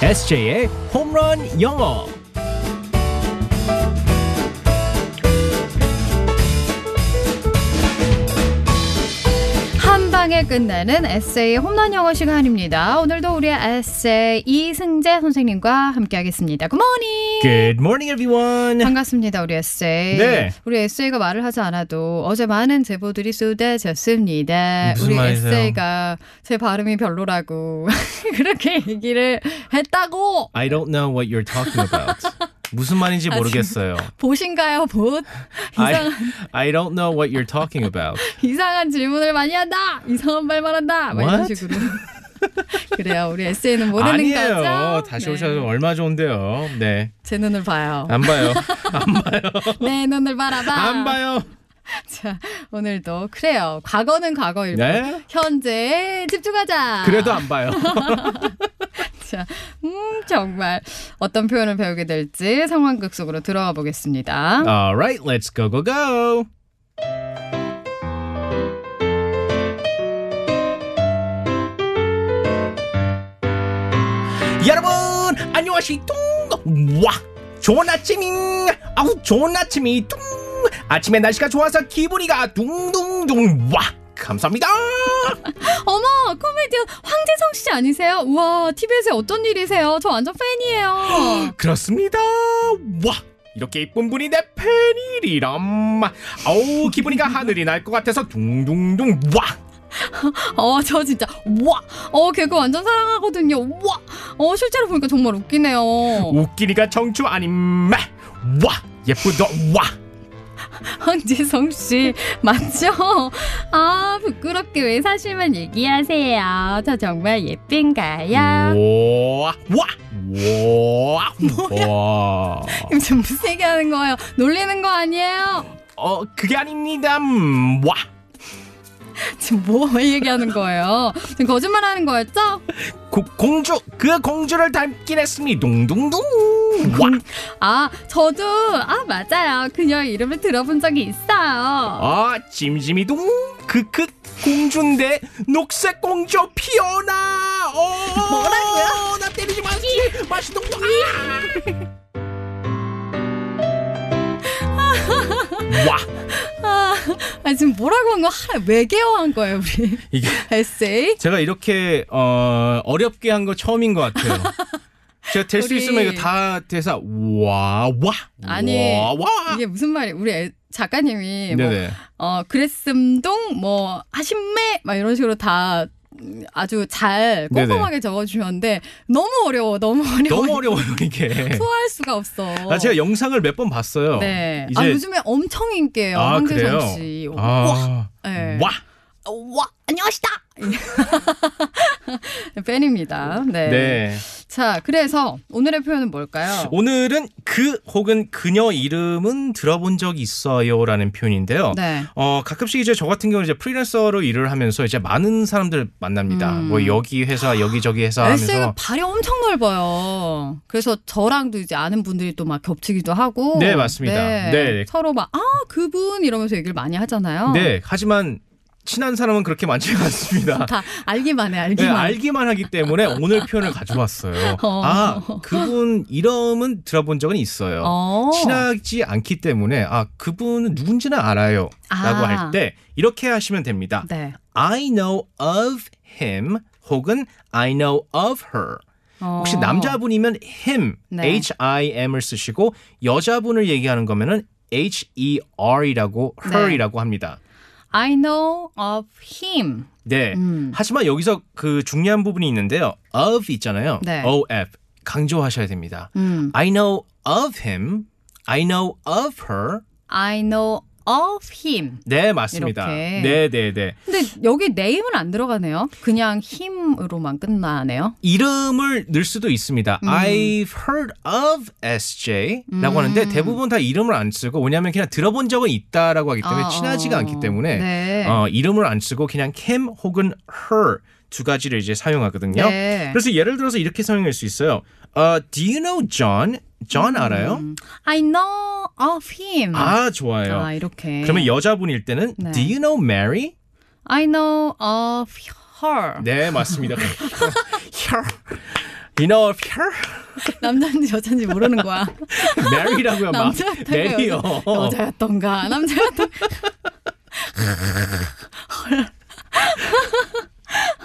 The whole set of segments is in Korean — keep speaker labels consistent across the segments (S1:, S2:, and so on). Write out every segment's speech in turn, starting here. S1: SJ의 홈런 영어.
S2: 한 방에 끝내는 에세이 홈런 영어 시간입니다. 오늘도 우리 에세이 이승재 선생님과 함께하겠습니다. 굿모닝.
S1: Good morning, everyone.
S2: 반갑습니다, 우리 에세이.
S1: 네.
S2: 우리 에세이가 말을 하지 않아도 어제 많은 제보들이 쏟아졌습니다.
S1: 네, 무슨
S2: 우리
S1: 말이세요?
S2: 에세이가 제 발음이 별로라고 그렇게 얘기를 했다고
S1: I don't know what you're talking about. 무슨 말인지 모르겠어요.
S2: 보신가요, 봇?
S1: I,
S2: 이상한
S1: I don't know what you're talking about.
S2: 이상한 질문을 많이 한다. 이상한 말만 한다. 막 이런
S1: What?
S2: 식으로. 그래요. 우리 에세이는 모르는 거죠.
S1: 아니에요. 다시
S2: 네.
S1: 오셔서 얼마 좋은데요. 네,
S2: 제 눈을 봐요.
S1: 안 봐요.
S2: 내 눈을 바라봐.
S1: 안 봐요.
S2: 자, 오늘도 그래요. 과거는 과거일 뿐.
S1: 네.
S2: 현재에 집중하자.
S1: 그래도 안 봐요.
S2: 자, 음, 정말 어떤 표현을 배우게 될지 상황극 속으로 들어가 보겠습니다.
S1: All right, let's go go go. 여러분 안녕하시뚱 와 좋은 아침이 아우 좋은 아침이 뚱 아침에 날씨가 좋아서 기분이가 둥둥둥 와 감사합니다
S2: 어머, 코미디언 황재성 씨 아니세요? 우와, TV에서 어떤 일이세요? 저 완전 팬이에요.
S1: 그렇습니다 와 이렇게 이쁜 분이 내 팬이리람 아우 기분이가 하늘이 날 것 같아서 둥둥둥 와
S2: 어, 저 진짜 우와. 어, 개그 완전 사랑하거든요. 우와. 어, 실제로 보니까 정말 웃기네요.
S1: 어. 웃기니가 청추 아님 와 예쁘다 와
S2: 황지성 씨 맞죠? 아 부끄럽게 왜 사실만 얘기하세요? 저 정말 예쁜가요?
S1: 와와 와. 와.
S2: 지금 지금 무슨 얘기하는 거예요? 놀리는 거 아니에요?
S1: 어 그게 아닙니다. 음, 와.
S2: 지금 뭐 얘기하는 거예요? 지금 거짓말하는 거였죠?
S1: 고, 공주 그 공주를 닮긴 했으니 둥둥둥. 와.
S2: 아 저도 아 맞아요 그녀 이름을 들어본 적이 있어요.
S1: 아 찜찜이둥 그그 공주인데 녹색 공주 피오나. 어. 뭐라고요? 나 때리지 마시 마시 동동. 아. 와.
S2: 아, 아, 지금 뭐라고 한 거 하나 외계어한 거예요 우리
S1: 이게
S2: 에세이?
S1: 제가 이렇게 어, 어렵게 한 거 처음인 것 같아요. 제가 될 수
S2: 우리-
S1: 있으면 이거 다 대사 와와
S2: 아니,
S1: 와와
S2: 이게 무슨 말이 에요 우리 애- 작가님이 뭐
S1: 네네
S2: 어, 그랬음동, 뭐, 하신매, 막 이런 식으로 다 음, 아주 잘 꼼꼼하게 적어주셨는데, 너무 어려워, 너무 어려워.
S1: 너무 어려워요 이게.
S2: 소화할 수가 없어.
S1: 아 제가 영상을 몇 번 봤어요.
S2: 네.
S1: 이제-
S2: 아, 요즘에 엄청 인기예요.
S1: 아,
S2: 황재성
S1: 그래요?
S2: 씨.
S1: 아,
S2: 와,
S1: 와.
S2: 네. 어, 와, 안녕하시다! 팬입니다. 네.
S1: 네.
S2: 자, 그래서 오늘의 표현은 뭘까요?
S1: 오늘은 그 혹은 그녀 이름은 들어본 적 있어요라는 표현인데요.
S2: 네.
S1: 어 가끔씩 이제 저 같은 경우 이제 프리랜서로 일을 하면서 이제 많은 사람들 만납니다.
S2: 음. 아,
S1: 뭐 여기 회사 여기 저기 회사
S2: 에세이가
S1: 하면서
S2: 발이 엄청 넓어요. 그래서 저랑도 이제 아는 분들이 또 막 겹치기도 하고.
S1: 네, 맞습니다. 네.
S2: 서로 막, 아, 그분! 이러면서 얘기를 많이 하잖아요.
S1: 네, 하지만 친한 사람은 그렇게 많지가 않습니다.
S2: 다 알기만
S1: 네,
S2: 해, 알기만 해.
S1: 알기만 하기 때문에 오늘 표현을 가져왔어요.
S2: 어.
S1: 아, 그분 이름은 들어본 적은 있어요.
S2: 어.
S1: 친하지 않기 때문에 아 그분은 누군지는 알아요
S2: 아.
S1: 라고 할 때 이렇게 하시면 됩니다.
S2: 네.
S1: I know of him 혹은 I know of her.
S2: 어.
S1: 혹시 남자분이면 him,
S2: 네.
S1: H-I-M을 쓰시고 여자분을 얘기하는 거면은 E H-E-R이라고
S2: 네.
S1: her이라고 합니다.
S2: I know of him.
S1: 네.
S2: 음.
S1: 하지만 여기서 그 중요한 부분이 있는데요. of 있잖아요.
S2: 네.
S1: of 강조하셔야 됩니다.
S2: 음.
S1: I know of him. I know of her.
S2: I know of him.
S1: 네, 맞습니다.
S2: 이렇게.
S1: 네, 네, 네.
S2: 근데 여기 name은 안 들어가네요. 그냥 him으로만 끝나네요.
S1: 이름을 넣을 수도
S2: 음.
S1: 있습니다. I've heard of SJ라고 하는데
S2: 음.
S1: 대부분 다 이름을 안 쓰고 왜냐하면 그냥 들어본 적은 있다라고 하기 때문에
S2: 어,
S1: 친하지가
S2: 어.
S1: 않기 때문에
S2: 네.
S1: 어, 이름을 안 쓰고 그냥 him 혹은 her 두 가지를 이제 사용하거든요.
S2: 네.
S1: 그래서 예를 들어서 이렇게 사용할 수 있어요. 어, do you know John? John 알아요?
S2: 음. I know of him.
S1: 아 좋아요.
S2: 아, 이렇게.
S1: 그러면 여자분일 때는
S2: 네.
S1: Do you know Mary?
S2: I know of her.
S1: 네 맞습니다. 혀. You know, if you're 네.
S2: 남자인지 여자인지 모르는 거야.
S1: 아, married라고요, 막.
S2: 남자였던가
S1: 메리요.
S2: 여자, 여자였던가 남자였던가.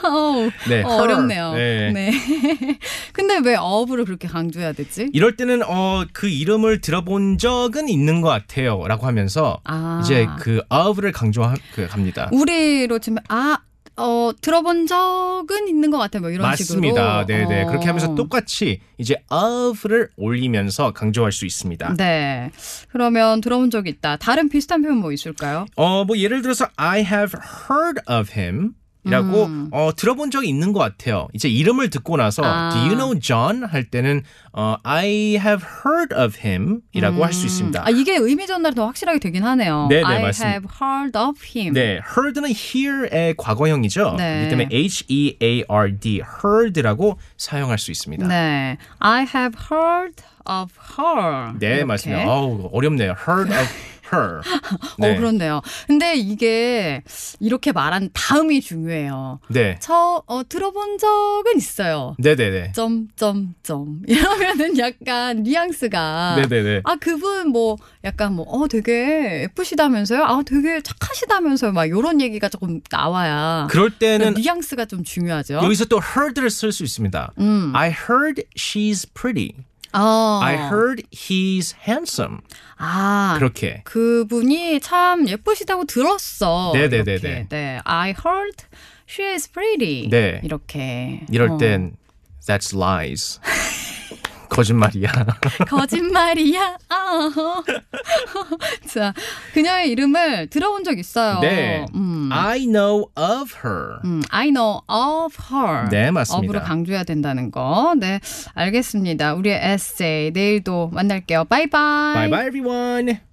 S2: 어우,
S1: 네,
S2: 어,
S1: her.
S2: 어렵네요.
S1: 네.
S2: 네. 근데 왜 어부를 그렇게 강조해야 되지?
S1: 이럴 때는 어 그 이름을 들어본 적은 있는 것 같아요라고 하면서
S2: 아.
S1: 이제 그 of를 그 강조합니다.
S2: 우리로 치면 아, 어, 들어본 적은 있는 것 같아. 뭐 이런
S1: 맞습니다.
S2: 식으로.
S1: 네네
S2: 어.
S1: 그렇게 하면서 똑같이 이제 of를 올리면서 강조할 수 있습니다.
S2: 네. 그러면 들어본 적이 있다. 다른 비슷한 표현 뭐 있을까요?
S1: 어 뭐 예를 들어서 I have heard of him. 이라고 어, 들어본 적이 있는 것 같아요. 이제 이름을 듣고 나서
S2: 음. 아.
S1: Do you know John 할 때는 어, I have heard of him이라고 할 수 있습니다.
S2: 아, 이게 의미 전달이 더 확실하게 되긴 하네요.
S1: 네네,
S2: I
S1: 맞습니다.
S2: have heard of him.
S1: 네, heard는 hear의 과거형이죠.
S2: 네.
S1: 그렇기 때문에 h e a r d heard라고 사용할 수 있습니다.
S2: 네. I have heard of her.
S1: 네,
S2: 이렇게.
S1: 맞습니다. 어우, 어렵네요. heard of her.
S2: 어, 그렇네요. 근데 이게 이렇게 말한 다음이 중요해요.
S1: 네.
S2: 저 어, 들어본 적은 있어요.
S1: 네, 네, 네.
S2: 점점점 이러면은 약간 뉘앙스가
S1: 네, 네, 네.
S2: 아 그분 뭐 약간 뭐 어 되게 예쁘시다면서요? 아 되게 착하시다면서요? 막 요런 얘기가 조금 나와야
S1: 그럴
S2: 네,
S1: 때는
S2: 뉘앙스가 좀 중요하죠.
S1: 여기서 또 heard를 쓸 수 있습니다.
S2: 음.
S1: I heard she's pretty.
S2: 어.
S1: I heard he's handsome.
S2: 아
S1: 그렇게.
S2: 그분이 참 예쁘시다고 들었어.
S1: 네, 네, 네,
S2: 이렇게.
S1: 네.
S2: 네. I heard she is pretty.
S1: 네.
S2: 이렇게.
S1: 이럴
S2: 어.
S1: 땐 that's lies. 거짓말이야.
S2: 거짓말이야. 아. 자, 그녀의 이름을 들어본 적 있어요.
S1: 네.
S2: 음.
S1: I know of her.
S2: 음, I know of her.
S1: 네, 맞습니다.
S2: of으로 강조해야 된다는 거. 네, 알겠습니다. 우리의 에세이 내일도 만날게요. 바이바이.
S1: Bye bye everyone.